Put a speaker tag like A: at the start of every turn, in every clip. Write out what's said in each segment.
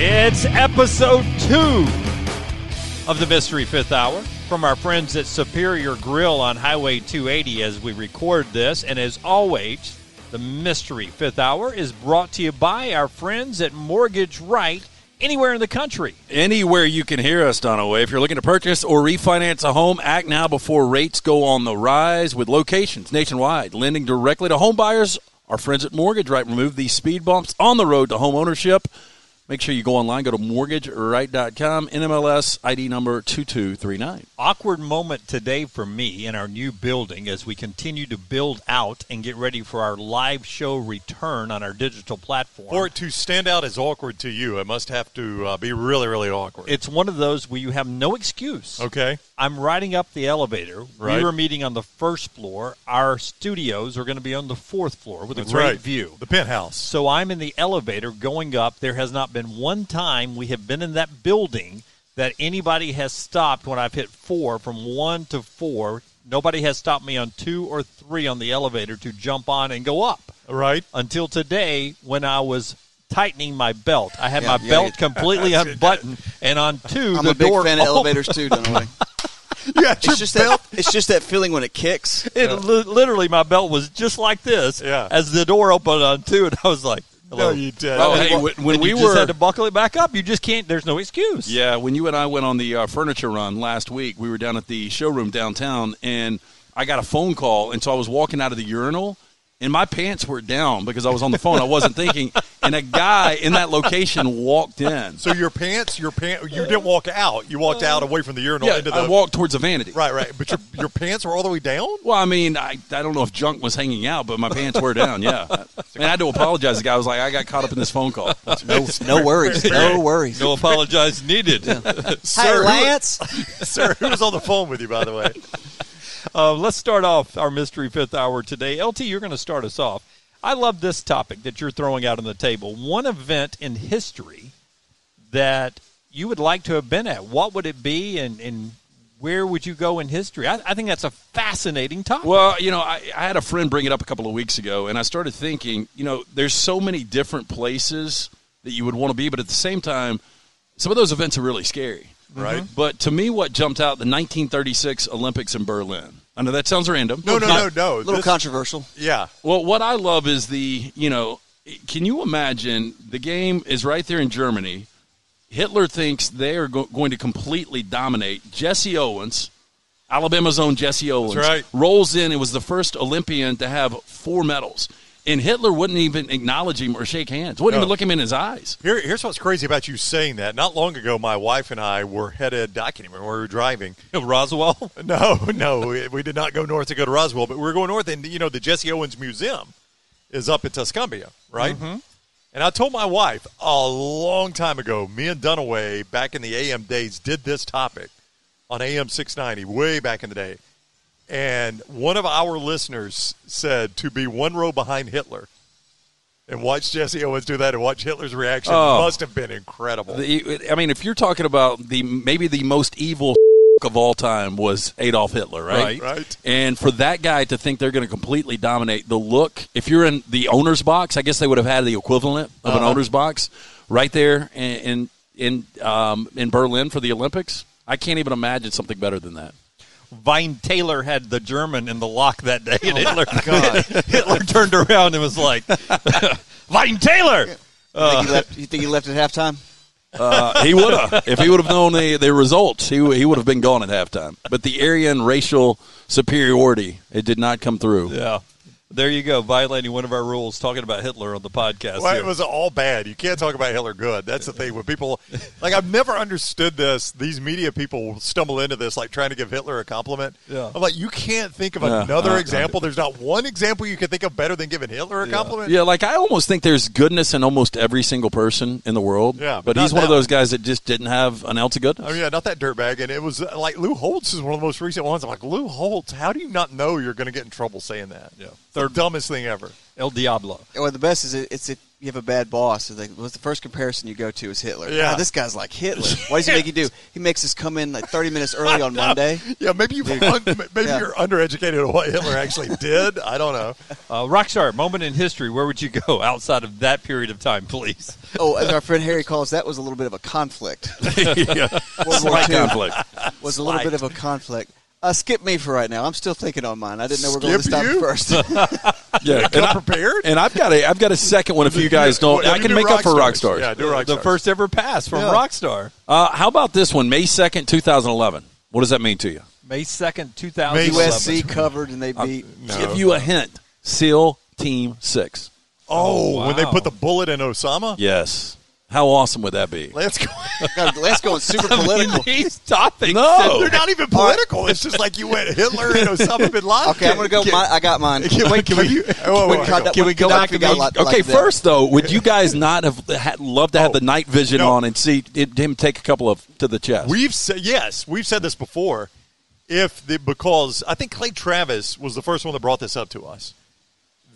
A: It's episode two of the Mystery Fifth Hour from our friends at Superior Grill on Highway 280 as we record this. And as always, the Mystery Fifth Hour is brought to you by our friends at Mortgage Right anywhere in the country.
B: Anywhere you can hear us, Dunaway. If you're looking to purchase or refinance a home, act now before rates go on the rise with locations nationwide, lending directly to home buyers. Our friends at Mortgage Right remove these speed bumps on the road to home ownership. Make sure you go online, go to mortgageright.com, NMLS ID number 2239.
A: Awkward moment today for me in our new building as we continue to build out and get ready for our live show return on our digital platform.
C: For it to stand out as awkward to you, it must have to uh, be really, really awkward.
A: it's one of those where you have no excuse.
C: okay.
A: I'm riding up the elevator. We
C: Right.
A: were meeting on the first floor. Our studios are going to be on the fourth floor with a
C: That's
A: great
C: right.
A: view.
C: The penthouse.
A: So I'm in the elevator going up. There has not been one time we have been in that building that anybody has stopped when I've hit four from one to four. Nobody has stopped me on two or three on the elevator to jump on and go up
C: Right?
A: until today when I was tightening my belt. I had
D: Yeah,
A: my
D: yeah,
A: belt
D: you-
A: completely unbuttoned, and on 2
D: I'm
A: the
D: a big
A: door
D: fan of
A: opened.
D: elevators too, Dunaway.
C: Yeah,
D: It's just that it's just that feeling when it kicks. Uh,
A: It li- literally, my belt was just like this
C: Yeah.
A: as the door opened on two, and I was like, "Hello."
C: no, you did.
B: Oh,
A: And
B: hey,
A: you-
B: when- when
A: and
B: we
A: you just
B: were-
A: had to buckle it back up, you just can't. There's no excuse.
B: Yeah, when you and I went on the uh, furniture run last week, we were down at the showroom downtown, and I got a phone call, and so I was walking out of the urinal, and my pants were down because I was on the phone. I wasn't thinking, and a guy in that location walked in.
C: So your pants, your pant, you didn't walk out. You walked out away from the urinal
B: Yeah,
C: into the
B: I walked towards the vanity.
C: right, right. But your your pants were all the way down.
B: Well, I mean, I, I don't know if junk was hanging out, but my pants were down. Yeah, and I had to apologize. to The guy I was like, I got caught up in this phone call.
D: No, no worries. No worries.
A: No apologize needed.
D: Hey, Lance.
C: Sir, who was on the phone with you, by the way?
A: Uh, let's start off our mystery fifth hour today. LT, you're going to start us off. I love this topic that you're throwing out on the table. One event in history that you would like to have been at. What would it be, and, and where would you go in history? I, I think that's a fascinating topic.
B: Well, you know, I, I had a friend bring it up a couple of weeks ago, and I started thinking, you know, there's so many different places that you would want to be, but at the same time, some of those events are really scary.
C: Right.
B: But to me, what jumped out the 1936 Olympics in Berlin. I know that sounds random.
C: No, no, no, no.
D: A little
C: This-
D: controversial.
C: yeah.
B: Well, what I love is the, you know, can you imagine the game is right there in Germany? Hitler thinks they are go- going to completely dominate. Jesse Owens, Alabama's own Jesse Owens,
C: right.
B: rolls in and was the first Olympian to have four medals. And Hitler wouldn't even acknowledge him or shake hands, wouldn't
C: No.
B: even look him in his eyes.
C: Here, here's what's crazy about you saying that. Not long ago, my wife and I were headed. I can't even remember where we were driving.
A: Roswell.
C: No, no, we, we did not go north to go to Roswell, but we were going north, and you know the Jesse Owens Museum is up in Tuscumbia, right? And I told my wife a long time ago, me and Dunaway back in the AM days did this topic on AM six ninety way back in the day, and one of our listeners said to be one row behind Hitler. And watch Jesse Owens do that, and watch Hitler's reaction
B: Oh.
C: must have been incredible.
B: The- I mean, if you're talking about the maybe the most evil of all time was Adolf Hitler, right?
C: Right. Right.
B: And for that guy to think they're going to completely dominate the look, if you're in the owner's box, I guess they would have had the equivalent of
C: Uh-huh.
B: an owner's box right there in in in, um, in Berlin for the Olympics. I can't even imagine something better than that.
A: Vine Taylor had the German in the lock that day, and Hitler, Hitler turned around and was like, Vine Taylor!
D: You think, he left, you think he left at halftime?
B: Uh, he would have if he would have known the, the results. He he would have been gone at halftime. But the Aryan racial superiority it did not come through.
A: Yeah. There you go, violating one of our rules, talking about Hitler on the podcast.
C: Well,
A: here.
C: it was all bad. You can't talk about Hitler good. That's the thing. When people, like, I've never understood this. These media people stumble into this, like, trying to give Hitler a compliment.
A: Yeah.
C: I'm like, you can't think of
B: Yeah,
C: another
B: I- I-
C: example. There's not one example you can think of better than giving Hitler a compliment.
B: Yeah, like I almost think there's goodness in almost every single person in the world.
C: Yeah,
B: but
C: but
B: he's
C: not
B: one of
C: that
B: those guys that just didn't have an ounce of goodness.
C: I mean, yeah, not that dirtbag. And it was uh, like Lou Holtz is one of the most recent ones. I'm like, Lou Holtz, how do you not know you're going to get in trouble saying that?
A: Yeah.
C: It's
A: Third
C: dumbest thing ever.
A: El Diablo.
D: Well, the best is it, it's if you have a bad boss. It's like, what's the first comparison you go to is Hitler.
C: Yeah.
D: "Ah, this guy's like Hitler. What does he make you do? He makes us come in like 30 minutes early on Monday.
C: Yeah, maybe you un- maybe
D: Yeah.
C: you're undereducated on what Hitler actually did. I don't know.
A: Uh, Rockstar, moment in history. Where would you go outside of that period of time, please?
D: Oh, as our friend Harry calls, that was a little bit of a conflict.
B: yeah.
D: World War
B: Slight
D: II
B: conflict.
D: was a little bit of a conflict. Uh, skip me for right now. I'm still thinking on mine. I didn't know we we're going to
C: Skip
D: stop
C: you?
D: first.
B: Yeah, and,
C: Come
B: I,
C: prepared.
B: and I've got a I've got a second one. If you guys don't,
C: Well,
B: I
C: you
B: can
C: do
B: make up for rock
C: Rockstars.
B: stars.
C: Yeah, do rock
A: The
C: stars.
A: first ever pass from
D: Yeah.
A: Rockstar,
B: Uh, how about this one, May second, two thousand eleven? What does that mean to you?
A: May second, two thousand.
D: USC covered and they beat.
B: Give you a hint. Seal Team Six.
C: Oh,
A: Oh,
C: when they
A: wow.
C: put the bullet in Osama.
B: Yes. How awesome would that be?
C: Let's go.
D: God, Let's go super political.
A: These topics.
B: No.
C: They're not even political. It's just like you went Hitler and Osama bin Laden.
D: Okay, I'm going to go. My, I got mine.
C: Wait, can we?
D: we cut that- Can we go back to the-
B: Okay,
D: like that.
B: first though, would you guys not have had, loved to have the night vision
C: no.
B: on and see it, him take a couple of to the chest?
C: We've said yes. We've said this before. If the because I think Clay Travis was the first one that brought this up to us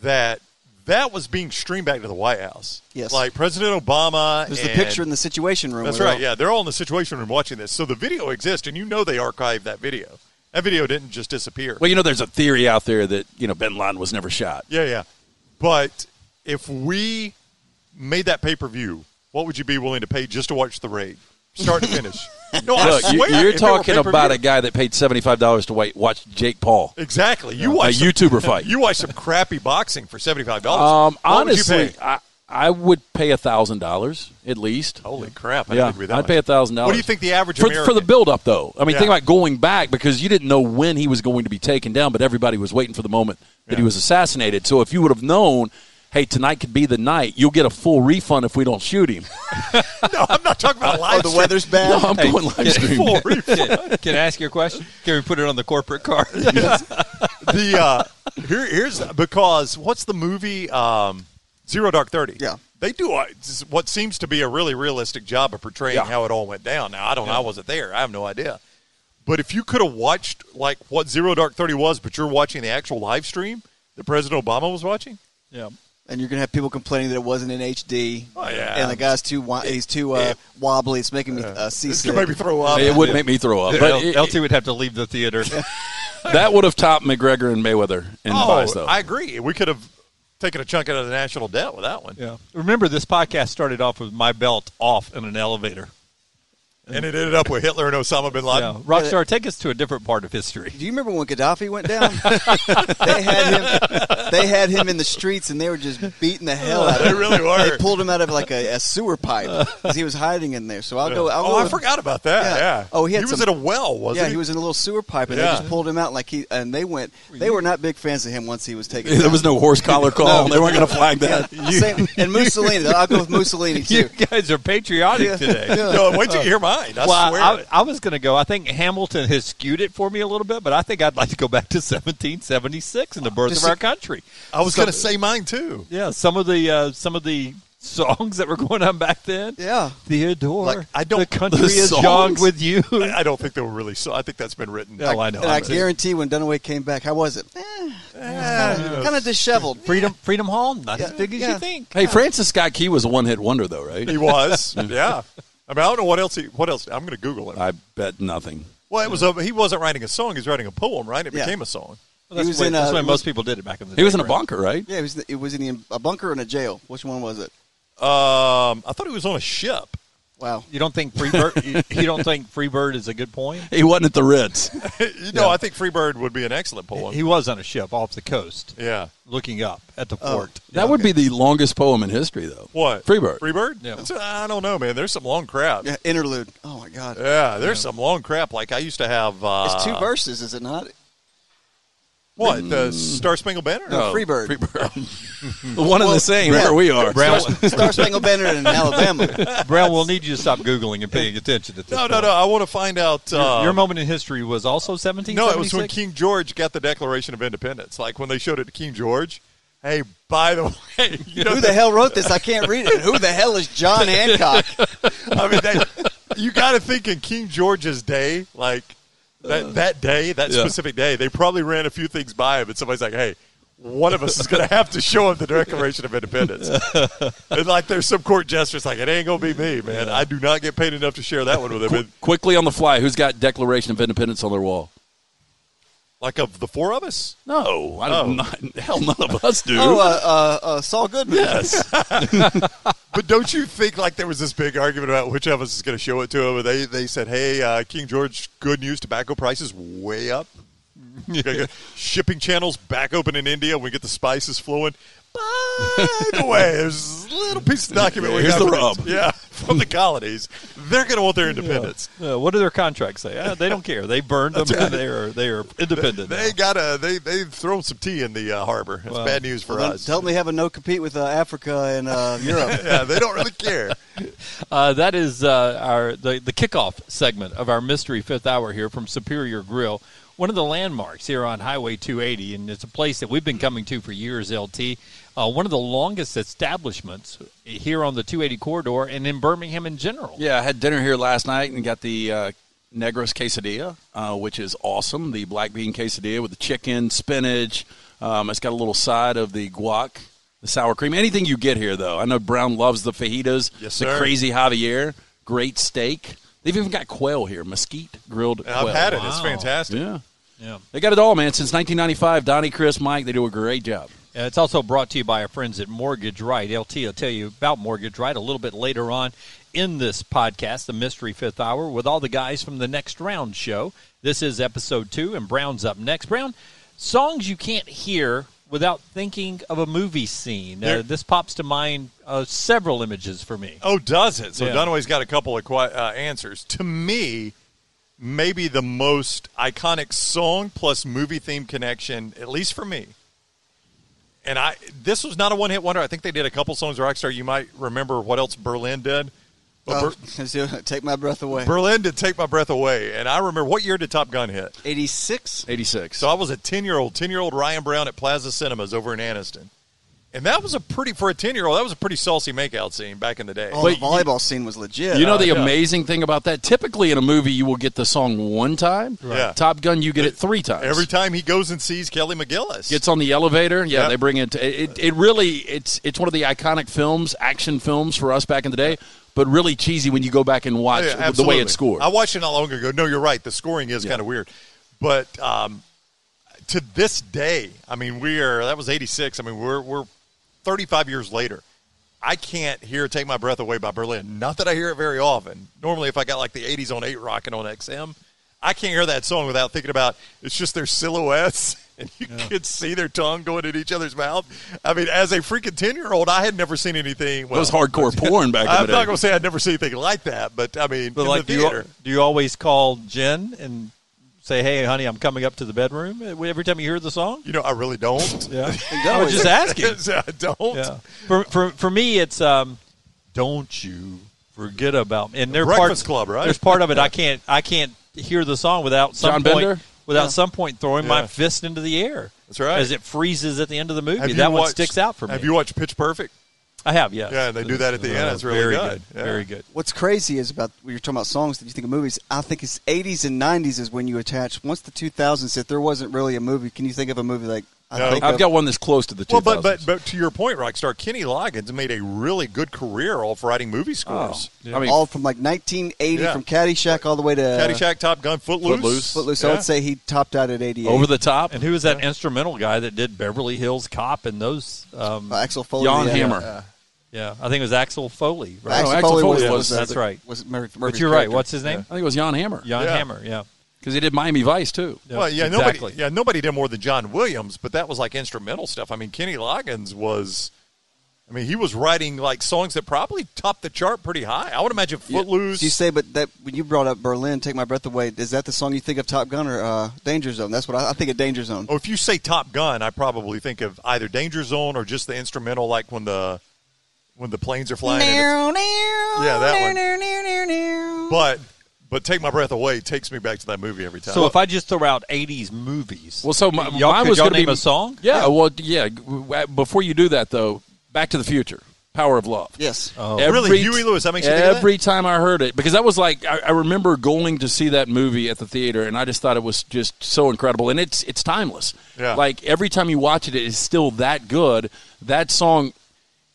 C: that that was being streamed back to the White House.
D: Yes.
C: like President Obama.
D: There's the
C: and-
D: picture in the Situation Room.
C: That's
D: we were
C: right.
D: all-
C: Yeah, they're all in the Situation Room watching this, so the video exists, and you know they archived that video. That video didn't just disappear.
B: well, you know, there's a theory out there that you know Bin Laden was never shot.
C: Yeah, yeah. But if we made that pay per view, what would you be willing to pay just to watch the raid, start to finish? No, I
B: Look, you,
C: swear,
B: you're
C: if it were
B: talking about a
C: pay-per-view-
B: guy that paid seventy five dollars to wait, watch Jake Paul,
C: Exactly. You
B: a
C: watch some,
B: YouTuber fight.
C: You watch some crappy boxing for seventy five dollars.
B: Um, honestly, I, I would pay thousand dollars at least.
C: holy crap! Oh, I
B: yeah,
C: didn't agree with that
B: I'd pay
C: much.
B: thousand dollars.
C: What do you think the average
B: for,
C: American
B: for the build up though? I mean,
C: Yeah.
B: think about going back because you didn't know when he was going to be taken down, but everybody was waiting for the moment that he was assassinated. So if you would have known. Hey, tonight could be the night. You'll get a full refund if we don't shoot him.
C: No, I'm not talking about
D: Oh,
C: live.
D: the
C: stream.
D: weather's bad.
B: No, I'm going live stream.
C: Full refund.
A: Can, can I ask you a question? Can we put it on the corporate card?
C: the uh, here, here's because what's the movie um, Zero Dark Thirty?
D: Yeah.
C: they do a, what seems to be a really realistic job of portraying
B: Yeah.
C: how it all went down. Now I don't, know. I wasn't there, I have no idea. But if you could have watched like what Zero Dark Thirty was, but you're watching the actual live stream that President Obama was watching,
A: yeah.
D: and you're gonna have people complaining that it wasn't in HD.
C: Oh, yeah.
D: and the guy's too wa- he's too uh, wobbly. It's making me uh,
C: this
D: seasick.
C: could maybe throw up.
B: it would make me throw up. But it-
A: L- LT would have to leave the theater.
B: that would have topped McGregor and Mayweather in
C: oh,
B: buys, though.
C: I agree. We could have taken a chunk out of the national debt with that one,
A: yeah. Remember, this podcast started off with my belt off in an elevator.
C: and it ended up with Hitler and Osama bin
A: Yeah.
C: Laden.
A: Rockstar, take us to a different part of history.
D: Do you remember when Gaddafi went down? they had him. They had him in the streets, and they were just beating the hell out of
C: They
D: him.
C: really were.
D: They pulled him out of like a, a sewer pipe because he was hiding in there. So I'll go. I'll
C: oh,
D: go
C: I
D: with-
C: forgot about that. Yeah.
D: Yeah. Oh, he had
C: was
D: some-
C: at a well, wasn't
D: Yeah,
C: he?
D: he was in a little sewer pipe, and
C: Yeah.
D: they just pulled him out like he. And they went. They were not big fans of him once he was taken.
B: there
D: down.
B: was no horse collar call. They weren't going to flag that.
D: Same, and Mussolini. I'll go with Mussolini too.
A: You guys are patriotic
D: Yeah.
A: today.
C: No, wait till you hear mine. I
A: Well,
C: swear.
A: I, I was going to go. I think Hamilton has skewed it for me a little bit, but I think I'd like to go back to 1776 and the birth
D: Just
A: of our
D: see-
A: country.
C: I was
A: Some-
C: going to say mine too.
A: yeah, some of the uh, some of the songs that were going on back then.
D: Yeah.
A: Theodore,
C: Like, I don't-
A: the country
B: the
A: is
B: songs?
A: young with you.
C: I, I don't think they were really. So I think that's been written.
A: Yeah, well, I know.
D: And I
A: I'm-
D: guarantee when Dunaway came back, how was it? kind of disheveled.
A: Freedom, Freedom Hall, not
D: Yeah,
A: as big as
D: yeah.
A: you think.
B: Hey, Francis Scott Key was a one hit wonder, though, right?
C: he was. yeah. I mean, I don't know what else. He, what else? I'm going to Google it.
B: I bet nothing.
C: Well, it was. A, he wasn't writing a song. He's writing a poem, right? It
D: Yeah.
C: became a song.
A: Well, that's
D: was
A: when,
D: in,
A: that's
D: uh,
A: when
D: was-
A: most people did it back in the day.
B: He was in a
A: right?
B: bunker, right?
D: Yeah, it was, it was in a bunker and a jail. Which one was it?
C: Um, I thought he was on a ship.
D: Wow.
A: You don't think Freebird? you, you don't think Freebird is a good poem?
B: He wasn't at the Ritz.
C: you know, I think Freebird would be an excellent poem.
A: He was on a ship off the coast,
C: yeah. Oh.
A: looking up at the port.
B: That would be the longest poem in history, though.
C: What?
B: Freebird.
C: Freebird.
A: Yeah.
C: That's- I don't know, man. There's some long crap.
D: Yeah,
C: Yeah.
D: interlude. Oh my God.
C: there's some long crap. Like I used to have. Uh,
D: It's two verses, is it not?
C: What the Star Spangled Banner?
D: No, Freebird.
B: Freebird. the one and the same.
D: yeah.
B: Where we are.
A: Brown,
D: Star Spangled Banner in Alabama.
A: Brown, we'll need you to stop googling and paying attention at this.
C: No, no,
A: point.
C: no. I want to find out. Uh,
A: Your, your moment in history was also 1776.
C: No, it was when King George got the Declaration of Independence. Like when they showed it to King George. Hey, by the way, you know,
D: Who the hell wrote this? I can't read it. Who the hell is John Hancock?
C: I mean, that, you got to think in King George's day, like that that day, that
B: Yeah.
C: specific day, they probably ran a few things by him, and somebody's like, "Hey, one of us is going to have to show him the Declaration of Independence. and like there's some court jester, it's like, it ain't going to be me, man. I do not get paid enough to share that one with him.
B: Qu-
C: And,
B: quickly on the fly, who's got Declaration of Independence on their wall?
C: like of the four of us?
B: No, I don't. Not, hell, none of us do.
D: Oh, uh, uh, uh, Saul Goodman.
C: But don't you think like there was this big argument about which of us is going to show it to him? And they they said, "Hey, uh, King George, good news: tobacco prices way up. Shipping channels back open in India. We get the spices flowing." By the way, there's a little piece of document. we
B: Here's
C: got
B: the
C: from
B: rub.
C: Yeah, from the colonies, they're going to want their independence.
A: Uh, what do their contracts say? Uh, they don't care. They burned them. and they are they are independent. now.
C: They got to They they've thrown some tea in the uh, harbor. That's
A: Wow.
C: bad news for
D: Well, then
C: us.
D: uh, Tell them they have a no compete with uh, Africa and uh, Europe.
C: yeah, they don't really care.
A: Uh, that is uh, our the, the kickoff segment of our mystery fifth hour here from Superior Grill, one of the landmarks here on Highway 280, and it's a place that we've been coming to for years. LT, uh, one of the longest establishments here on the 280 corridor and in Birmingham in general.
B: Yeah, I had dinner here last night and got the uh, Negros quesadilla, uh, which is awesome. The black bean quesadilla with the chicken, spinach. Um, it's got a little side of the guac, the sour cream. Anything you get here, though. I know Brown loves the fajitas.
C: Yes,
B: the
C: sir.
B: crazy Javier. Great steak. They've even got quail here, mesquite grilled
C: And I've
B: quail.
C: had it. It's
A: Wow.
C: fantastic.
B: Yeah.
A: Yeah.
B: They got it all, man. Since 1995, Donnie, Chris, Mike, they do a great job.
A: Uh, It's also brought to you by our friends at Mortgage Right. LT will tell you about Mortgage Right a little bit later on in this podcast, the Mystery Fifth Hour, with all the guys from the Next Round show. This is episode two, and Brown's up next. Brown, songs you can't hear without thinking of a movie scene. Uh,
C: There-
A: this pops to mind uh, several images for me.
C: Oh, does it? So
A: Yeah.
C: Dunaway's got a couple of qui- uh, answers. To me, maybe the most iconic song plus movie theme connection, at least for me. And I, this was not a one-hit wonder. I think they did a couple songs. Rockstar. You might remember what else Berlin did. But
D: Uh, take my breath away.
C: Ber- Berlin did "Take My Breath Away," and I remember what year did Top Gun hit?
D: 86.
B: 86.
C: So I was a 10 year old, 10 year old Ryan Brown at Plaza Cinemas over in Anniston. And that was a pretty, for a 10 year old, that was a pretty saucy makeout scene back in the day.
D: Oh,
B: Wait,
D: the volleyball scene was legit.
B: You know the
C: yeah.
B: amazing thing about that? Typically in a movie, you will get the song one time.
C: Right. Yeah.
B: Top Gun, you get it three times.
C: Every time he goes and sees Kelly McGillis.
B: Gets on the elevator. Yeah,
C: Yep.
B: they bring it, it. It it really it's it's one of the iconic films, action films for us back in the day, but really cheesy when you go back and watch
C: Yeah,
B: the way
C: absolutely.
B: it's scored.
C: I watched it not long ago. No, you're right. The scoring is kind of weird, but um, to this day, I mean, we are. That was '86. I mean, we're we're 35 years later. I can't hear "Take My Breath Away" by Berlin. Not that I hear it very often. Normally, if I got like the '80s on Eight Rock and on XM, I can't hear that song without thinking about it's just their silhouettes. And you could see their tongue going in each other's mouth. I mean, as a freaking ten-year-old, I had never seen anything.
B: it
C: Well,
B: was hardcore porn back in
C: I'm
B: the day.
C: not going to say I'd never seen anything like that, but I mean,
A: But
C: in
A: like,
C: the
A: do you,
C: theater.
A: do you always call Jen and say, "Hey, honey, I'm coming up to the bedroom"? uh, Every time you hear the song.
C: You know, I really don't.
A: Yeah, I was just asking.
C: I don't.
A: Yeah. For for for me, it's um, don't you forget about me. and there are
C: Breakfast
A: parts-
C: Club, right?
A: There's part of it I can't I can't hear the song without some
B: John
A: point
B: Bender?
A: without some point throwing my
C: Yeah.
A: fist into the air.
C: That's right.
A: As it freezes at the end of the movie,
C: Have you
A: that one
C: watched-
A: sticks out for me.
C: Have you watched Pitch Perfect?
A: I have, yes.
C: Yeah, they do that at the end. It's really
A: very
C: good.
A: good.
C: Yeah.
A: Very good.
D: Uh, What's crazy is about when you're talking about songs that you think of movies. I think it's 80s and 90s is when you attach. Once the 2000s, if there wasn't really a movie, can you think of a movie like? I
C: No.
D: think
B: I've
D: of-
B: got one that's close to the 2000s.
C: Well, but but but to your point, Rockstar Kenny Loggins made a really good career off writing movie
B: Oh,
C: scores.
B: I mean,
D: all from like 1980
C: Yeah.
D: from Caddyshack all the way to
C: Caddyshack, Top Gun, Footloose.
B: Footloose.
D: Footloose. I
C: Yeah.
D: would say he topped out at 88.
B: over the top.
A: And who was that instrumental guy that did Beverly Hills Cop and those? Um,
D: uh, Axel Foley.
B: Jan
D: yeah.
B: Hammer.
A: yeah, I think it was Axel Foley. Right?
D: Axel,
B: Axel
D: Foley,
B: Foley
D: was,
B: was-
D: was the-
A: that's right.
D: Was Murphy,
A: but
D: Murphy's
A: you're right.
D: character.
A: What's his name?
B: I think it was Jan Hammer
A: Jan
C: Yeah.
A: Hammer. Yeah.
B: because he did Miami Vice too.
C: Well, yeah,
A: exactly.
C: nobody, yeah, nobody did more than John Williams, but that was like instrumental stuff. I mean, Kenny Loggins was, I mean, he was writing like songs that probably topped the chart pretty high. I would imagine Footloose.
D: Did you say? But that when you brought up Berlin, take my breath away. Is that the song you think of Top Gun or uh, Danger Zone? That's what I, I think of Danger Zone.
C: Or Oh, if you say Top Gun, I probably think of either Danger Zone or just the instrumental, like when the when the planes are flying. and it's- yeah, that one. But but take my breath away takes me back to that movie every time.
A: So if I just throw out '80s movies,
B: Well, so my,
A: y'all,
B: mine
A: could
B: was
A: y'all
B: going to
A: name
B: be
A: a song.
B: Yeah, well, yeah. w- w- Before you do that, though, Back to the Future. Power of Love.
D: Yes.
A: Oh.
C: Really? Huey Lewis, that makes you think of that?
B: Every time I heard it, because I was like, I, I remember going to see that movie at the theater, and I just thought it was just so incredible, and it's it's timeless.
C: Yeah.
B: Like every time you watch it, it is still that good. That song,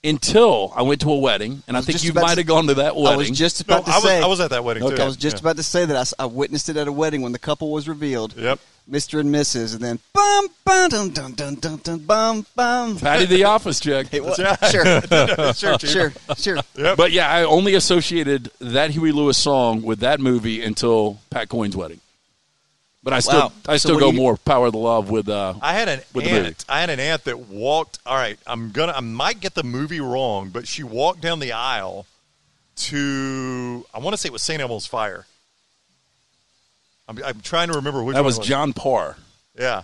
B: until I went to a wedding, and I,
D: was
B: think
D: just
B: you
D: about to-
B: might have gone to that wedding.
D: I was just
C: No,
D: about to
C: I was-
D: say.
C: I was at that wedding, too.
D: I was just
C: Yeah.
D: about to say that I s- I, witnessed it at a wedding when the couple was revealed.
C: Yep.
D: Mr. and Mrs. And then bum bum dun dun dun dun dun bum bum.
B: Patty the office chick.
D: It was, sure. sure, sure, sure.
C: Yep.
B: But yeah, I only associated that Huey Lewis song with that movie until Pat Coyne's wedding. But I still,
D: Wow.
B: I
D: So
B: still
D: what
B: go
D: do you-
B: more Power of the Love with. Uh,
C: I had an
B: With the movie.
C: aunt. I had an aunt that walked. All right, I'm gonna. I might get the movie wrong, but she walked down the aisle to. I want to say it was St. Elmo's Fire. I'm, I'm trying to remember which
B: that
C: one
B: was
C: it
B: John Parr.
C: Yeah,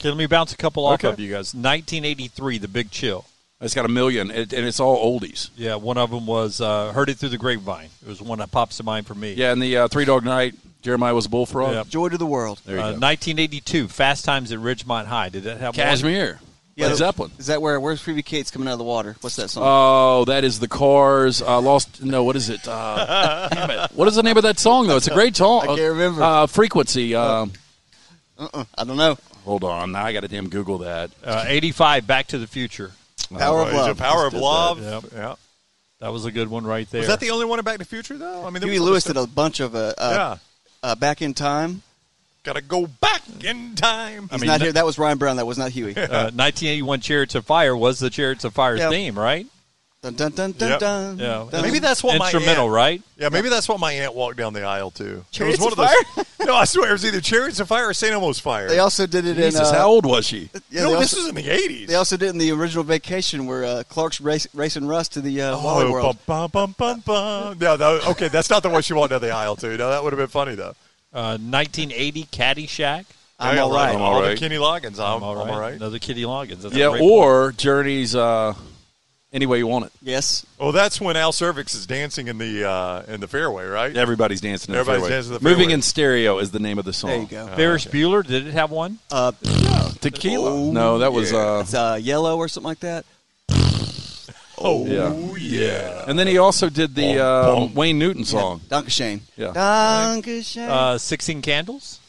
A: Okay, let me bounce a couple off
B: Okay.
A: of you guys. 1983, The Big Chill.
B: It's got a million, it, and it's all oldies.
A: Yeah, one of them was uh, Heard It Through the Grapevine. It was one that pops to mind for me.
B: Yeah, and the uh, Three Dog Night, Jeremiah was a bullfrog.
A: Yep.
D: Joy to the world.
B: There you
A: Uh,
B: go.
A: 1982, Fast Times at Ridgemont High. Did that have one?
B: Cashmere. Led Zeppelin.
D: Is that where where's Phoebe Cates coming out of the water? What's that song?
B: Oh, that is the Cars. Uh, lost. No, what is it? Uh, damn it. What is the name of that song though? It's a great song.
D: I can't remember.
B: Uh, frequency. Uh,
C: Uh,
D: Uh-uh. I don't know.
B: hold on. Now I got to damn Google that.
A: Uh, 85, Back to the Future.
D: Power of
C: It's a
D: Love.
C: Power of Love.
A: that. Yep.
C: Yeah.
A: That was a good one right there.
C: Was that the only one in Back to the Future though? I mean, there
D: Huey
C: was
D: Lewis
C: other
D: did
C: stuff.
D: a bunch of uh,
C: Yeah,
D: uh, uh, back in time.
C: gotta go back in time.
D: He's
A: mean,
D: not
A: that-
D: here. That was Ryan Brown. That was not Huey.
A: Uh, 1981 Chariots of Fire was the Chariots of Fire
D: Yeah.
A: theme, right?
D: Dun dun dun dun
C: Yep.
D: dun.
A: Yeah.
D: dun.
C: Maybe that's what my
A: Instrumental,
C: aunt,
A: right?
C: Yeah, maybe that's what my aunt walked down the aisle to.
D: Chariots
C: it was
D: of
C: one of those. no, I swear it was either Chariots of Fire or St. Elmo's Fire.
D: They also did it in.
B: Jesus,
D: uh,
B: how old was she?
D: yeah,
C: no,
D: they,
C: this
D: also,
C: was in the '80s.
D: they also did it in the original Vacation where uh, Clark's race, racing Russ to the uh,
C: Oh,
D: Wally World.
C: Bum, bum, bum, bum, bum. No, that- okay, that's not the one she walked down the aisle to. No, that would have been funny though.
A: Uh, 1980 Caddyshack.
D: I'm
C: Yeah,
D: all right.
B: I'm
C: All,
B: all
C: the
B: right.
C: Kenny Loggins. I'm, I'm all right.
A: Another Kitty Loggins. That's a
B: Yeah,
A: great one.
B: or Journey's uh, Any Way You Want It.
D: Yes.
C: Well, that's when Al Cervix is dancing in the uh, in the fairway, right?
B: Everybody's dancing. In
C: Everybody's
B: the fairway.
C: dancing in the
B: Moving
C: fairway.
B: in stereo is the name of the song.
D: There you go.
A: Ferris Bueller. Did it have one?
D: Uh,
B: Tequila.
D: Oh,
B: no, that was.
D: yeah.
B: Uh,
D: it's uh, yellow or something like that.
C: Oh
B: Yeah.
C: yeah.
B: and then he also did the
C: Bum,
B: um, Wayne Newton song.
D: Donkashane.
B: Yeah.
D: Donkashane. Uh,
A: Uh, 16 Candles.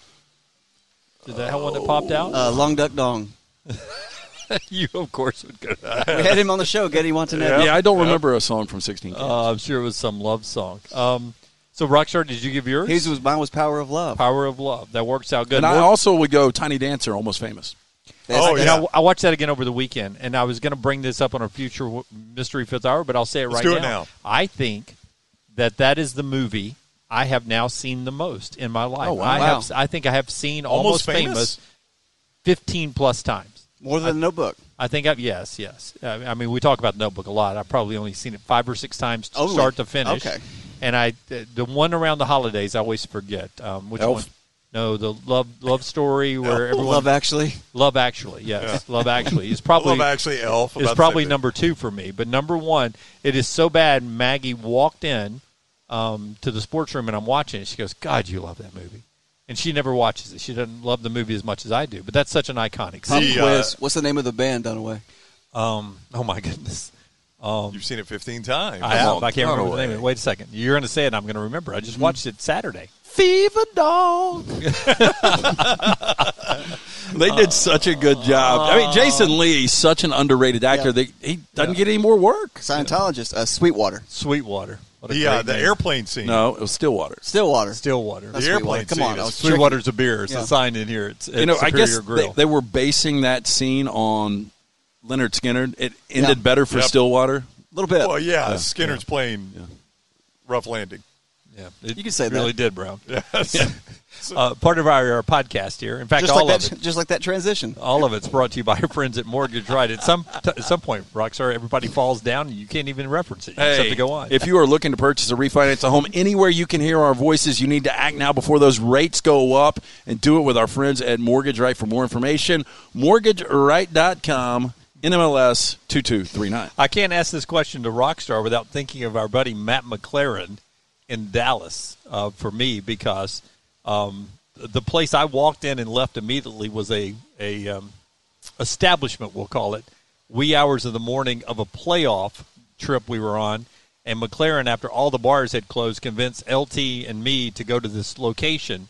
A: Did that have one that popped out?
D: Uh, Long Duck Dong.
A: you, of course, would go to that.
D: We had him on the show. Getty want to know.
B: Yeah, I don't remember a song from 16.
A: Uh, I'm sure it was some love song. Um, so, Rockstar, did you give yours?
D: His was mine was Power of Love.
A: Power of Love. That works out good.
B: and I
A: Work-
B: also would go Tiny Dancer, Almost Famous.
D: That's-
C: Oh,
A: You
C: yeah.
A: know, I watched that again over the weekend, and I was going to bring this up on a future w- mystery fifth hour, but I'll say it
C: Let's
A: right
C: do it now.
A: I think that that is the movie I have now seen the most in my life.
D: Oh, wow.
A: I
D: Wow.
A: have. I think I have seen almost,
C: Almost Famous?
A: fifteen plus times.
D: More than a notebook.
A: I think I've yes, yes. I I mean, we talk about the Notebook a lot. I've probably only seen it five or six times, to
D: Only?
A: start to finish.
D: Okay.
A: And I, the the one around the holidays, I always forget um, which
B: Elf?
A: one. No, the love love story where everyone
D: Love Actually.
A: Love Actually, yes, Love Actually is probably
C: Love Actually, Elf. about
A: is
C: the
A: probably
C: same thing.
A: number two for me. But number one, it is so bad. Maggie walked in um, to the sports room and I'm watching it. She goes, "God, you love that movie," and she never watches it. She doesn't love the movie as much as I do. But that's such an iconic.
D: Pop
A: Scene.
C: The, uh,
D: quiz. What's the name of the band, Dunaway?
A: Um, oh my goodness,
C: You've seen it 15 times.
A: I, have,
B: on,
A: I can't
B: throw it
A: remember the name. of Mm-hmm. it.
B: away.
A: Wait a second, you're going to say it. I'm going to remember. I just watched it Saturday.
B: Fever Dog. they did such a good job. I mean, Jason Lee, such an underrated actor.
D: Yeah.
B: That he doesn't get any more work.
D: Scientologist. Uh, Sweetwater.
A: Sweetwater. What a
C: The, uh,
A: great
C: the
A: name.
C: airplane scene.
B: No, it was Stillwater.
D: Stillwater.
A: Stillwater.
D: That's
C: The airplane
D: Sweetwater.
C: scene
D: Come on. I
C: is
D: was trick-
A: Sweetwater's a beer. It's
D: Yeah.
A: a sign in here. It's, it's
B: you know, I
A: Superior
B: guess
A: Grill.
B: they, they were basing that scene on Leonard Skinner. It ended
D: Yeah.
B: better for
C: Yep.
B: Stillwater.
D: A little bit.
C: Well, yeah, Skinner's plane. Rough landing.
A: Yeah, it
D: You can say that.
A: really did, Brown. uh, part of our, our podcast here. In fact,
D: just
A: all
D: like
A: of
D: that.
A: it. Uh,
D: Just like that transition.
A: All of it's brought to you by our friends at Mortgage Right. At some t- at some point, Rockstar, everybody falls down and you can't even reference it. You just have to go on.
B: If you are looking to purchase or refinance a home anywhere you can hear our voices, you need to act now before those rates go up and do it with our friends at Mortgage Right for more information. MortgageRight.com, NMLS 2239.
A: I can't ask this question to Rockstar without thinking of our buddy Matt McLaren in Dallas uh, for me because um, the place I walked in and left immediately was a a um, establishment, we'll call it, wee hours of the morning of a playoff trip we were on, and McLaren, after all the bars had closed, convinced LT and me to go to this location,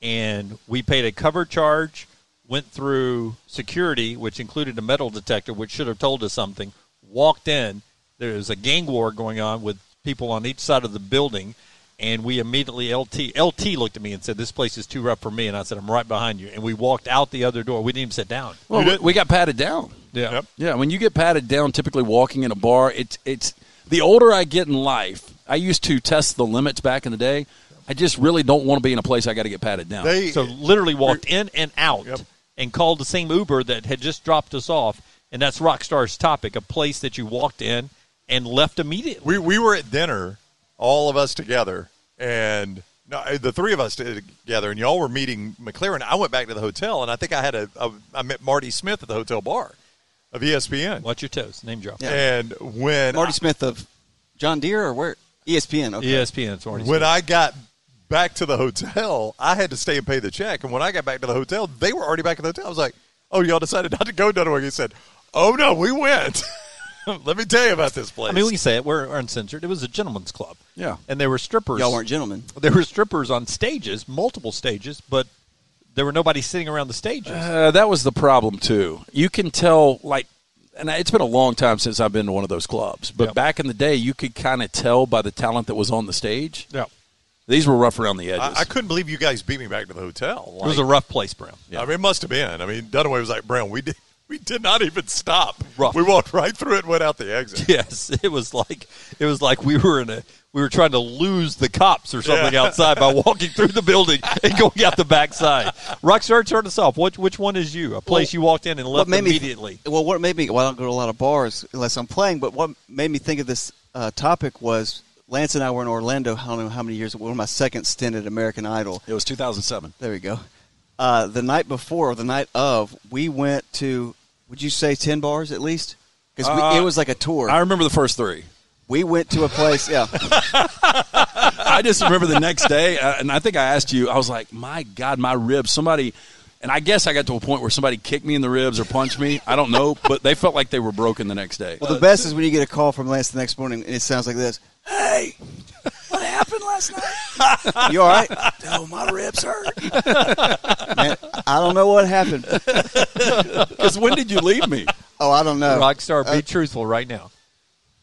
A: and we paid a cover charge, went through security, which included a metal detector, which should have told us something. Walked in, there was a gang war going on with people on each side of the building. And we immediately LT LT looked at me and said, "This place is too rough for me." And I said, "I'm right behind you." And we walked out the other door. We didn't even sit down.
B: Well,
C: You
B: we,
C: did?
B: we got patted down.
A: Yeah.
C: Yep.
B: Yeah, when you get patted down, typically walking in a bar, it's it's the older I get in life. I used to test the limits back in the day. I just really don't want to be in a place I got to get patted down.
C: They
A: So literally walked in and out
C: Yep.
A: and called the same Uber that had just dropped us off. And that's Rockstar's topic, a place that you walked in and left immediately.
C: we we were at dinner, all of us together, and no, the three of us together, and y'all were meeting McLaren. I went back to the hotel, and I think I had a, a I met Marty Smith at the hotel bar of E ESPN.
A: Watch your toes. Name drop.
D: Yeah.
C: And when
D: Marty
C: I-
D: Smith of John Deere or where? E ESPN. Okay.
A: ESPN. It's already
C: when
A: said.
C: I got back to the hotel, I had to stay and pay the check. And when I got back to the hotel, they were already back at the hotel. I was like, "Oh, y'all decided not to go Dunaway." He said, "Oh no, we went." Let me tell you about this place.
A: I mean, we can say it. We're, we're uncensored. It was a gentleman's club.
B: Yeah.
A: And there were strippers.
D: Y'all weren't gentlemen.
A: There were strippers on stages, multiple stages, but there were nobody sitting around the stages.
B: Uh, that was the problem too. You can tell, like, and it's been a long time since I've been to one of those clubs. But
A: Yep.
B: back in the day, you could kind of tell by the talent that was on the stage.
A: yeah.
B: These were rough around the edges.
C: I, I couldn't believe you guys beat me back to the hotel.
A: it was a rough place, Brown.
C: I mean, it must have been. I mean, Dunaway was like, Brown, we did, we did not even stop.
A: Rough.
C: We walked right through it and went out the exit.
A: Yes, it was like it was like we were in a we were trying to lose the cops or something outside by walking through the building and going out the backside. Rockstar, turn us off. Which which one is you? A place you walked in and left immediately.
D: Me, well, what made me? Well, I don't go to a lot of bars unless I'm playing. But what made me think of this uh, topic was Lance and I were in Orlando. I don't know how many years. One of my second stint at American Idol.
B: it was 2007.
D: There we go. Uh, the night before, or the night of, we went to. Would you say ten bars at least? Because
B: Uh,
D: it was like a tour.
B: I remember the first three.
D: we went to a place. Yeah,
B: I just remember the next day, uh, and I think I asked you. I was like, "My God, my ribs!" Somebody, and I guess I got to a point where somebody kicked me in the ribs or punched me. I don't know, but they felt like they were broken the next day.
D: Well, the best is when you get a call from Lance the next morning, and it sounds like this: "Hey, what happened last night? You all right? Oh, my ribs hurt. Man, I don't know what happened.
B: Because when did you leave me?
D: Oh, I don't know.
A: Rockstar, be truthful right now.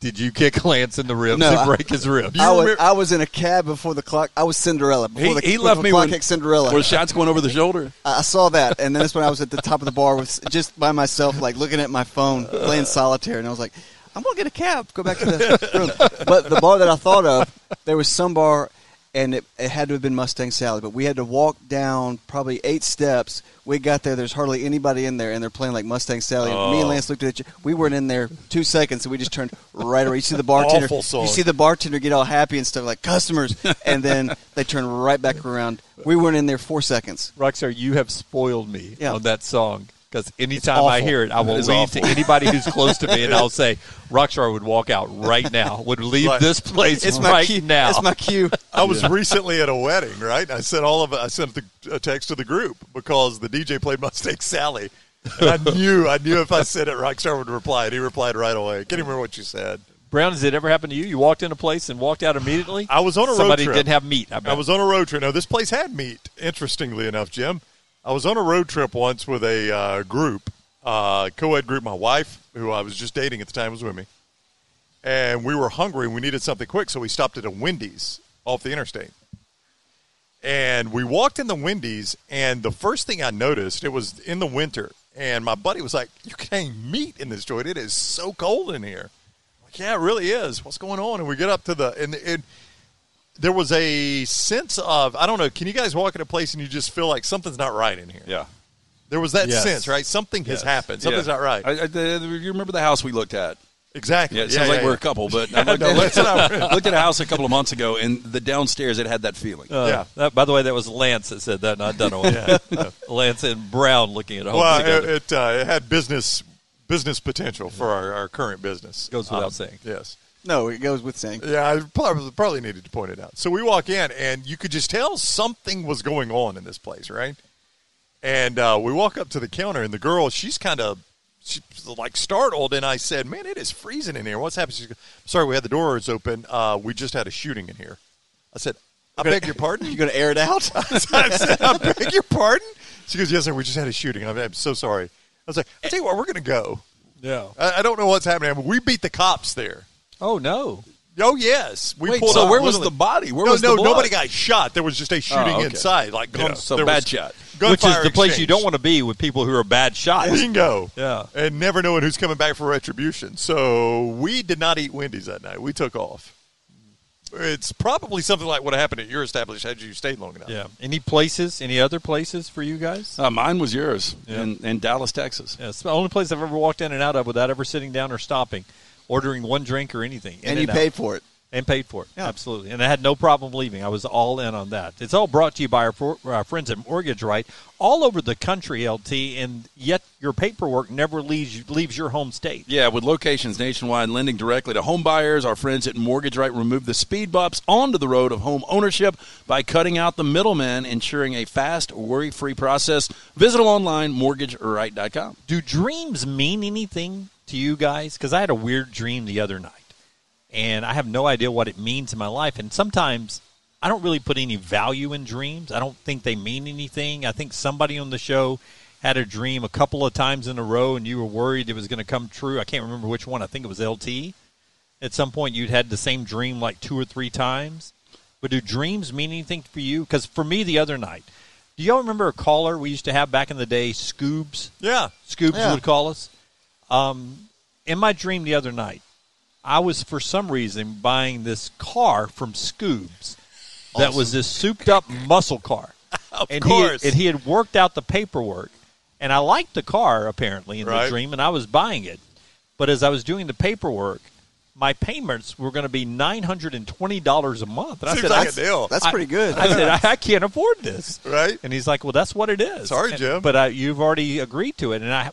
A: Did you kick Lance in the ribs
D: No,
A: and
D: I-
A: break his ribs?
D: I was,
C: remember-
D: I was in a cab before the clock. I was Cinderella before
B: He,
D: the,
B: he
D: before
B: left
D: the
B: me
D: clock
B: when
D: hit Cinderella.
B: With shots going over the shoulder.
D: I I saw that, and then that's when I was at the top of the bar with just by myself, like looking at my phone, playing solitaire, and I was like, "I'm gonna get a cab, go back to the room." But the bar that I thought of, there was some bar, and it, it had to have been Mustang Sally, but we had to walk down probably eight steps. We got there. There's hardly anybody in there, and they're playing like Mustang Sally. And
C: Oh.
D: Me and Lance looked at each We weren't in there two seconds, so we just turned right around. You see the bartender.
C: Awful song.
D: You see the bartender get all happy and stuff like customers, and then they turn right back around. We weren't in there four seconds.
A: Rockstar, you have spoiled me
D: Yeah.
A: on that song because anytime I
D: awful.
A: hear it, I will
B: is
A: leave
B: awful.
A: to anybody who's close to me, and I'll say, Rockstar would walk out right now, would leave
C: Right.
A: this place
D: It's my
A: Oh. right
D: cue.
A: now.
D: It's my cue.
C: I was recently at a wedding, right? I sent all of I sent the, a text to the group because the DJ played Mustang Sally. And I knew, I knew if I said it, Rockstar would reply, and he replied right away. Can't even remember what you said.
A: Brown, has it ever happened to you? You walked in a place and walked out immediately?
C: I was on a road
A: Somebody
C: trip.
A: didn't have meat. I, bet.
C: I was on a road trip. Now, this place had meat, interestingly enough, Jim. I was on a road trip once with a uh, group, uh, co ed group. My wife, who I was just dating at the time, was with me. And we were hungry and we needed something quick, so we stopped at a Wendy's off the interstate. And we walked in the Wendy's, and the first thing I noticed, it was in the winter, and my buddy was like, You can't meet in this joint. It is so cold in here. Like, yeah, it really is. What's going on? And we get up to the, and it, there was a sense of I don't know. Can you guys walk in a place and you just feel like something's not right in here?
B: Yeah.
C: There was that
A: Yes.
C: sense, right? Something has happened. Something's not right.
B: I, I, the- the- you remember the house we looked at?
C: exactly.
B: Yeah, it sounds like we're a couple, but I looked,
C: No, let's not-
B: at, looked at a house a couple of months ago, and the downstairs it had that feeling.
A: Uh,
C: yeah.
A: that- by the way, that was Lance that said that, not Dunaway. Lance and Brown looking at home
C: Well, it
A: together.
C: it, uh, it had business business potential for our, our current business. Um,
A: goes without saying.
C: Yes.
D: No, it goes with saying.
C: Yeah, I probably, probably needed to point it out. So we walk in, and you could just tell something was going on in this place, right? And uh, we walk up to the counter, and the girl, she's kind of she was like startled, and I said, "Man, it is freezing in here. What's happening?" She goes, "Sorry, we had the doors open. Uh, we just had a shooting in here." I said, "I beg your pardon."
D: You going to air it out?
C: I said, I beg your pardon? She goes, yes, sir, we just had a shooting. I'm, I'm so sorry. I was like, I tell you what, we're going to go.
A: Yeah.
C: I, I don't know what's happening. we beat the cops there.
A: Oh no.
C: Oh, yes. We
B: Wait,
C: pulled
B: so
C: up,
B: where was
C: literally-
B: the body? Where
C: no,
B: was the
C: no,
B: blood? Oh,
C: nobody got shot. There was just a shooting
B: okay.
C: inside. like guns,
B: Yeah, so
C: there
B: bad
C: was
B: shot.
A: Which is
C: gunfire
A: the place you
C: exchange.
A: don't want to be with people who are bad shots.
C: Bingo.
A: Yeah.
C: And never knowing who's coming back for retribution. So we did not eat Wendy's that night. We took off. It's probably something like what happened at your establishment had you stayed long enough.
A: Yeah. Any places? Any other places for you guys?
B: Uh, mine was yours in, in Dallas, Texas.
A: Yeah, it's the only place I've ever walked in and out of without ever sitting down or stopping, ordering one drink or anything. In
D: and you
A: out.
D: paid for it.
A: and paid for it.
D: Yeah.
A: Absolutely. And I had no problem leaving. I was all in on that. It's all brought to you by our, for- our friends at Mortgage Right all over the country, LT, and yet your paperwork never leaves leaves your home state.
B: Yeah, with locations nationwide, lending directly to home buyers, our friends at Mortgage Right remove the speed bumps onto the road of home ownership by cutting out the middleman, ensuring a fast, worry-free process. Visit them online, mortgageright.com.
A: Do dreams mean anything to you guys? Because I had a weird dream the other night, and I have no idea what it means in my life. And sometimes I don't really put any value in dreams. I don't think they mean anything. I think somebody on the show had a dream a couple of times in a row, and you were worried it was going to come true. I can't remember which one. I think it was LT. At some point, you'd had the same dream like two or three times. But do dreams mean anything for you? Because for me, the other night, do y'all remember a caller we used to have back in the day, Scoobs?
C: Yeah.
A: Scoobs
D: Yeah.
A: would call us. Um, in my dream the other night, I was for some reason buying this car from Scoobs that was this souped up muscle car.
C: Of
A: and
C: course.
A: He had, and he had worked out the paperwork. And I liked the car apparently in
C: Right.
A: the dream, and I was buying it. But as I was doing the paperwork, my payments were going to be nine hundred and twenty dollars a month. And I
C: Seems
A: said,
C: like
A: I-
C: a deal.
D: That's pretty good.
A: I said, I, I can't afford this.
C: Right?
A: And he's like, "Well, that's what it is."
C: Sorry,
A: And-
C: Jim.
A: but I, you've already agreed to it, and I,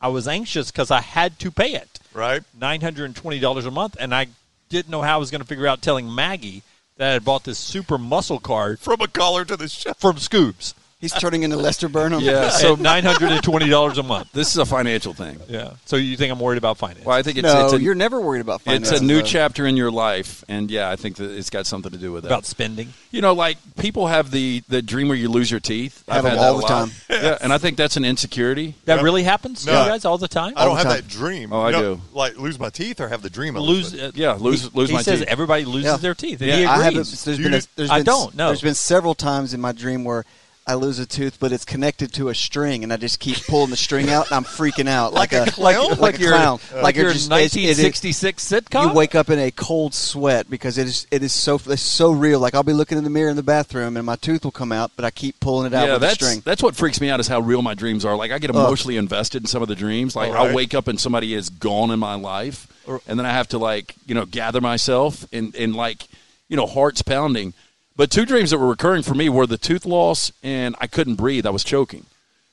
A: I was anxious because I had to pay it
C: Right?
A: nine hundred and twenty dollars a month, and I didn't know how I was going to figure out telling Maggie that I had bought this super muscle card
C: From a collar to the shop.
A: from Scoobs
D: He's turning into Lester Burnham.
B: Yeah,
A: so
B: so
A: nine hundred and twenty dollars a month.
B: this is a financial thing.
A: Yeah. So you think I'm worried about finance?
B: Well, I think it's,
D: no,
B: it's a,
D: you're never worried about
B: it's
D: finances.
B: a new
D: though.
B: chapter in your life, and yeah, I think that it's got something to do with that.
A: about spending?
B: You know, like people have the the dream where you lose your teeth.
D: Have
B: I've had
D: them all
B: that a
D: the
B: lot.
D: time.
B: Yeah, and I think that's an insecurity.
A: That
C: Yeah.
A: really happens to
C: No.
A: you guys all the time.
C: I don't
D: the
C: have
D: time.
C: that dream.
B: Oh, I
C: You
B: do.
C: Like lose my teeth or have the dream. of
A: lose.
C: it.
A: uh,
B: Yeah,
A: he,
B: lose- lose
A: he
B: my
A: says
B: teeth.
A: everybody loses
D: Yeah.
A: their teeth, and
B: Yeah,
A: he
D: I haven't.
A: agrees.
D: There's
C: Do
D: been. A,
C: you-
D: there's
A: I
D: been,
A: don't, no.
D: There's been several times in my dream where I lose a tooth, but it's connected to a string, and I just keep pulling the string out, and I'm freaking out like,
C: Like a
D: a
C: clown?
D: like,
A: like
D: a
A: your
D: clown.
A: like your
D: just- it's- it is-
A: 1966 sitcom.
D: you wake up in a cold sweat because it is it is so it's so real. Like I'll be looking in the mirror in the bathroom, and my tooth will come out, but I keep pulling it out
B: yeah,
D: with a
B: that's
D: string.
B: that's what freaks me out is how real my dreams are. Like I get emotionally invested in some of the dreams. Like
C: All right.
B: I wake up and somebody is gone in my life, and then I have to like you know gather myself and and like you know hearts pounding. But two dreams that were recurring for me were the tooth loss and I couldn't breathe. I was choking,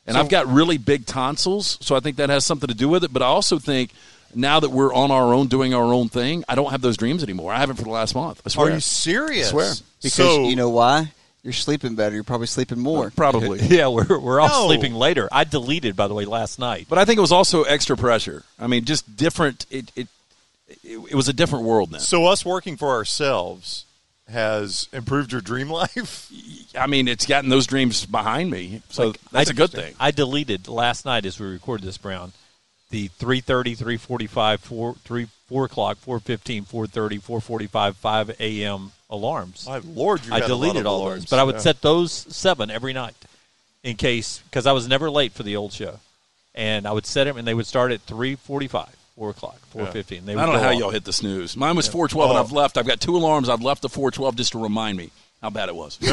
B: and I've got really big tonsils, so I think that has something to do with it. But I also think. Now that we're on our own, doing our own thing, I don't have those dreams anymore. I haven't for the last month. I swear.
C: Are you serious?
B: I swear.
D: Because
C: so,
D: you know why? You're sleeping better. You're probably sleeping more.
B: Uh, Probably.
A: Yeah, we're, we're all
C: No.
A: sleeping later. I deleted, by the way, last night.
B: But I think it was also extra pressure. I mean, just different. It it it, it was a different world then.
C: so us working for ourselves has improved your dream life.
B: I mean, it's gotten those dreams behind me, so that's
A: a
B: a good thing.
A: I deleted last night as we recorded this, Brown, the 3.30, 3.45, 4, 3, 4 o'clock, 4.15, 4.30, 4.45, 5 a.m. alarms.
C: My lord, you
A: I
C: had a lot
A: deleted
C: of
A: all
C: alarms.
A: those, but I would
C: Yeah.
A: set those seven every night in case, because I was never late for the old show. And I would set them, and they would start at 3.45, 4 o'clock, 4.15. They would
B: I don't know
A: go
B: how
A: off.
B: y'all hit the snooze. Mine was four twelve, and
D: Oh.
B: I've left. I've got two alarms. I've left the four twelve just to remind me how bad it was. I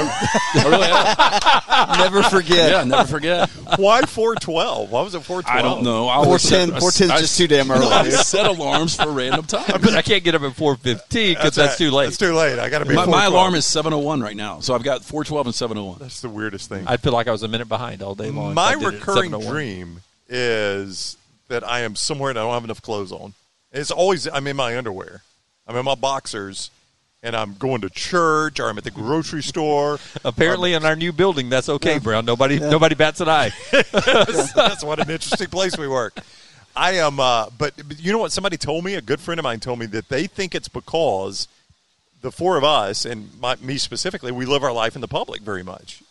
B: really have.
D: Never forget.
B: yeah, never forget.
C: Why four twelve? Why was it four twelve?
B: I don't know. I
D: Four
B: always
D: ten.
B: set-
D: Four ten
B: I-
D: is just too damn
B: I
D: early.
B: set alarms for random times.
A: But I can't get up at 4.15 because that's, too late.
C: It's too late. I got to be.
B: My,
C: 4:12.
B: my alarm is seven oh one right now, so I've got four twelve and seven oh one.
C: That's the weirdest thing.
A: I feel like I was a minute behind all day long.
C: my
A: I did it at
C: recurring
A: 7:01.
C: dream is that I am somewhere and I don't have enough clothes on. It's always I'm in my underwear. I'm in my boxers and I'm going to church or I'm at the grocery store.
A: Apparently, in our new building, that's okay, Brown. Nobody, nobody bats an eye.
C: That's what an interesting place we work. I am, uh, but, but you know what? Somebody told me, a good friend of mine told me that they think it's because the four of us and my, me specifically, we live our life in the public very much.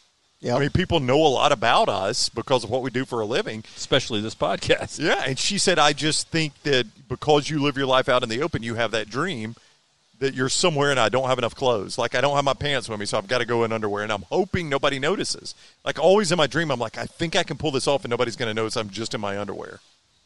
D: Yep.
C: I mean, people know a lot about us because of what we do for a living.
A: especially this podcast.
C: Yeah, and she said, I just think that because you live your life out in the open, you have that dream that you're somewhere and I don't have enough clothes. Like I don't have my pants with me, so I've got to go in underwear, and I'm hoping nobody notices. Like always in my dream, I'm like, I think I can pull this off, and nobody's going to notice I'm just in my underwear.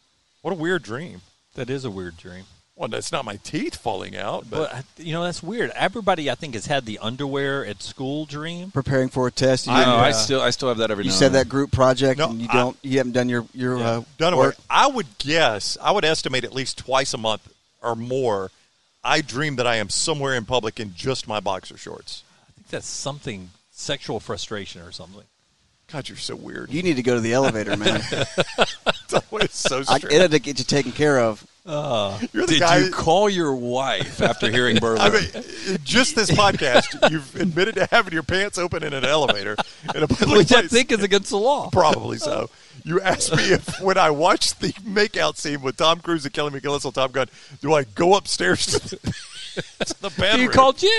C: What a weird dream.
A: That is a weird dream.
C: Well, that's not my teeth falling out, but
A: Well, I- you know that's weird. Everybody I think has had the underwear at school dream.
D: Preparing for a test. You,
B: I, know, I
D: uh,
B: still I still have that every
D: you
B: now.
D: said
B: and then.
D: that group project,
C: No,
D: and you
C: I-
D: don't. you haven't done your your uh,
C: done
D: work.
C: work. I would guess, I would estimate at least twice a month or more. I dream that I am somewhere in public in just my boxer shorts.
A: I think that's something sexual frustration or something.
C: God, you're so weird.
D: You need to go to the elevator, man.
C: it's so
D: I,
C: strange.
D: it had to get you taken care of.
C: You're the
B: Did
C: guy.
B: you call your wife after hearing Burler?
C: I mean, just this podcast, you've admitted to having your pants open in an elevator in a public
A: Which I
C: place.
A: think is against the law.
C: Probably so. You asked me if when I watched the makeout scene with Tom Cruise and Kelly McGillis on Top Gun, do I go upstairs to the, to the bedroom?
A: You called Jen.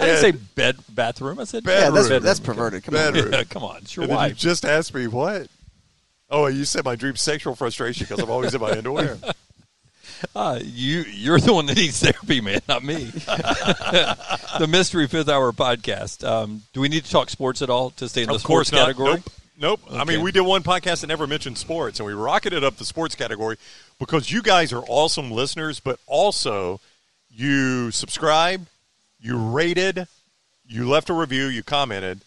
A: I didn't say
C: And-
A: bed bathroom. I said
D: Yeah,
C: Bedroom.
D: that's
A: bedroom.
D: that's perverted. Come on.
C: Bedroom.
A: Yeah, come on, it's your
C: and then you
A: wife.
C: just asked me what? Oh, you said my dream sexual frustration because I'm always in my underwear.
A: Uh, you you're the one that needs therapy, man, not me. the mystery fifth hour podcast. Um, do we need to talk sports at all to stay in the
C: of
A: sports
C: course not.
A: category?
C: Nope. Nope. I
A: Okay.
C: mean, we did one podcast that never mentioned sports, and we rocketed up the sports category because you guys are awesome listeners, but also you subscribe, you rated, you left a review, you commented,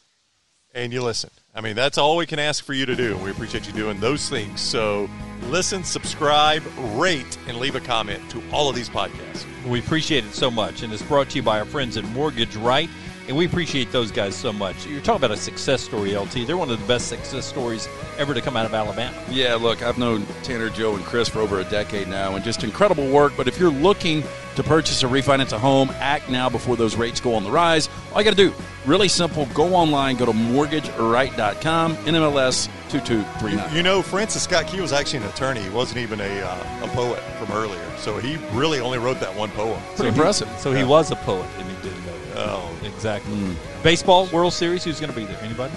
C: and you listened. I mean, that's all we can ask for you to do, and we appreciate you doing those things. So listen, subscribe, rate, and leave a comment to all of these podcasts.
A: We appreciate it so much, and it's brought to you by our friends at Mortgage Right, and we appreciate those guys so much. You're talking about a success story, LT. They're one of the best success stories ever to come out of Alabama.
B: Yeah, look, I've known Tanner, Joe, and Chris for over a decade now, and just incredible work. But if you're looking to purchase or refinance a home, act now before those rates go on the rise. All you got to do, really simple, go online, go to mortgageright.com, NMLS
C: You,
B: 2239.
C: you know, Francis Scott Key was actually an attorney. He wasn't even a, uh, a poet from earlier. So he really only wrote that one poem.
B: Pretty impressive.
A: So he was a poet, and he didn't know that.
C: Oh.
A: exactly. Baseball World Series. Who's going to be there? Anybody?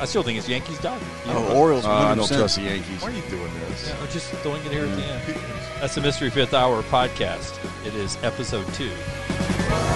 A: I still think it's Yankees Dodgers. You know,
D: Oh, Orioles.
B: Uh, I
D: 100%.
B: don't trust the Yankees.
C: Why are you doing this?
A: I'm just throwing it here at the end. That's the Mystery Fifth Hour podcast. It is episode two.
E: Thank